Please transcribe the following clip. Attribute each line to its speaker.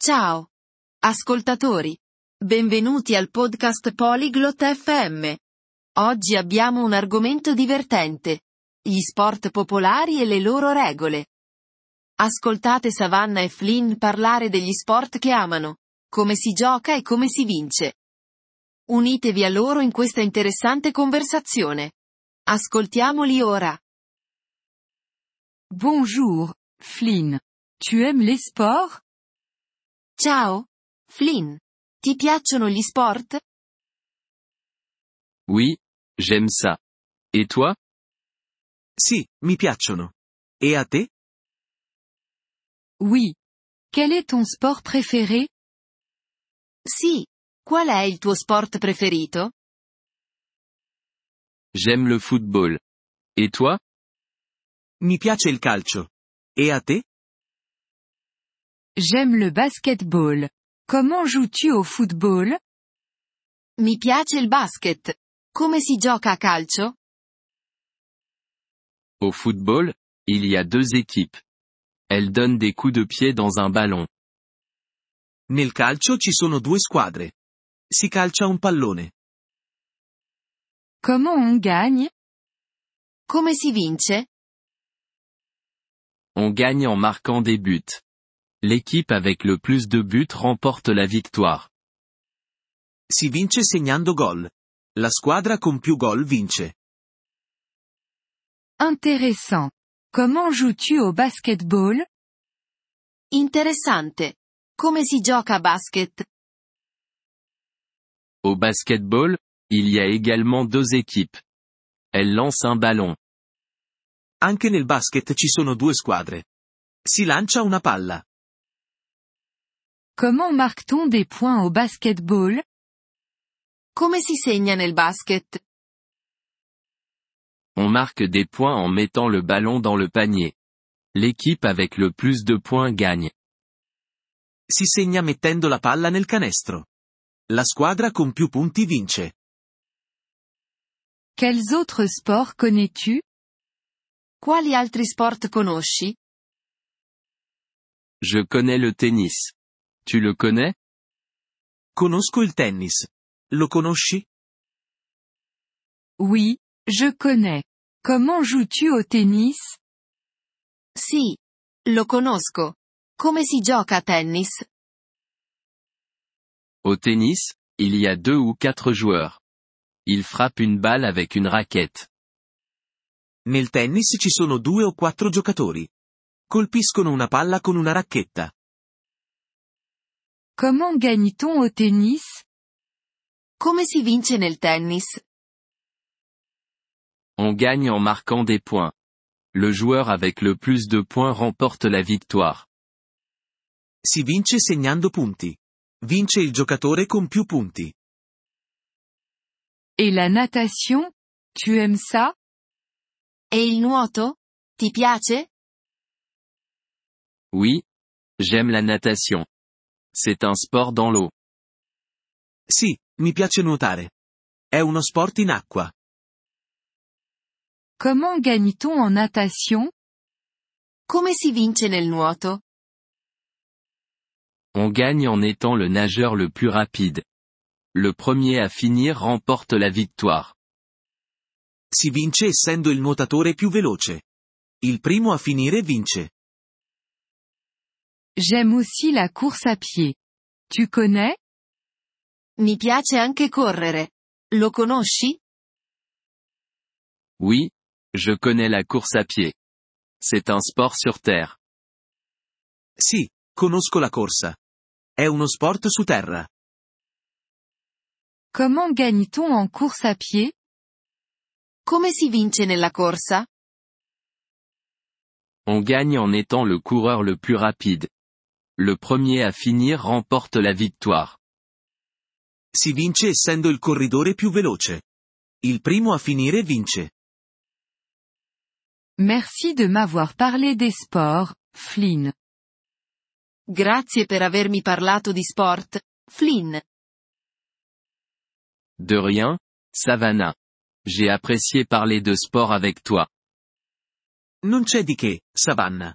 Speaker 1: Ciao! Ascoltatori! Benvenuti al podcast Polyglot FM. Oggi abbiamo un argomento divertente. Gli sport popolari e le loro regole. Ascoltate Savannah e Flynn parlare degli sport che amano, come si gioca e come si vince. Unitevi a loro in questa interessante conversazione. Ascoltiamoli ora.
Speaker 2: Bonjour, Flynn. Tu aimes les sports
Speaker 1: Ciao! Flynn. Ti piacciono gli sport?
Speaker 3: Oui, j'aime ça. Et toi
Speaker 4: Sì, mi piacciono. E a te?
Speaker 2: Oui. Quel est ton sport préféré
Speaker 1: Sì. Qual è il tuo sport preferito?
Speaker 3: J'aime le football. Et toi
Speaker 4: Mi piace il calcio. E a te?
Speaker 2: J'aime le basketball. Comment joues-tu au football
Speaker 1: Mi piace il basket. Come si gioca a calcio?
Speaker 3: Au football, il y a deux équipes. Elles donnent des coups de pied dans un ballon.
Speaker 4: Nel calcio ci sono due squadre. Si calcia un pallone.
Speaker 2: Comment on gagne
Speaker 1: Come si vince?
Speaker 3: On gagne en marquant des buts. L'équipe avec le plus de buts remporte la victoire.
Speaker 4: Si vince segnando gol. La squadra con più gol vince.
Speaker 2: Intéressant. Comment joues-tu au basketball
Speaker 1: Interessante. Come si gioca a basket?
Speaker 3: Au basketball, il y a également deux équipes. Elles lancent un ballon.
Speaker 4: Anche nel basket ci sono due squadre. Si lancia una palla.
Speaker 2: Comment marque-t-on des points au basketball
Speaker 1: Come si segna nel basket?
Speaker 3: On marque des points en mettant le ballon dans le panier. L'équipe avec le plus de points gagne.
Speaker 4: Si segna mettendo la palla nel canestro. La squadra con più punti vince.
Speaker 2: Quels autres sports connais-tu
Speaker 1: Quali altri sport conosci?
Speaker 3: Je connais le tennis. Tu le connais
Speaker 4: Conosco il tennis. Lo conosci?
Speaker 2: Oui, je connais. Comment joues-tu au tennis
Speaker 1: Sì. Lo conosco. Come si gioca a tennis?
Speaker 3: Au tennis, il y a deux ou quatre joueurs. Ils frappent une balle avec une raquette.
Speaker 4: Nel tennis ci sono due o quattro giocatori. Colpiscono una palla con una racchetta.
Speaker 2: Comment gagne-t-on au tennis
Speaker 1: Come si vince nel tennis?
Speaker 3: On gagne en marquant des points. Le joueur avec le plus de points remporte la victoire.
Speaker 4: Si vince segnando punti. Vince il giocatore con più punti.
Speaker 2: Et la natation Tu aimes ça
Speaker 1: E il nuoto? Ti piace?
Speaker 3: Oui. J'aime la natation. C'est un sport dans l'eau.
Speaker 4: Sì, mi piace nuotare. È uno sport in acqua.
Speaker 2: Comment gagne-t-on en natation
Speaker 1: Come si vince nel nuoto?
Speaker 3: On gagne en étant le nageur le plus rapide. Le premier à finir remporte la victoire.
Speaker 4: Si vince essendo il nuotatore più veloce. Il primo a finire vince.
Speaker 2: J'aime aussi la course à pied. Tu connais
Speaker 1: Mi piace anche correre. Lo conosci?
Speaker 3: Oui. Je connais la course à pied. C'est un sport sur terre.
Speaker 4: Sì, conosco la corsa. È uno sport su terra.
Speaker 2: Comment gagne-t-on en course à pied
Speaker 1: Come si vince nella corsa?
Speaker 3: On gagne en étant le coureur le plus rapide. Le premier à finir remporte la victoire.
Speaker 4: Si vince essendo il corridore più veloce. Il primo a finire vince.
Speaker 2: Merci de m'avoir parlé des sports, Flynn.
Speaker 1: Grazie per avermi parlato di sport, Flynn.
Speaker 3: De rien, Savannah. J'ai apprécié parler de sport avec toi.
Speaker 4: Non c'è di che, Savannah.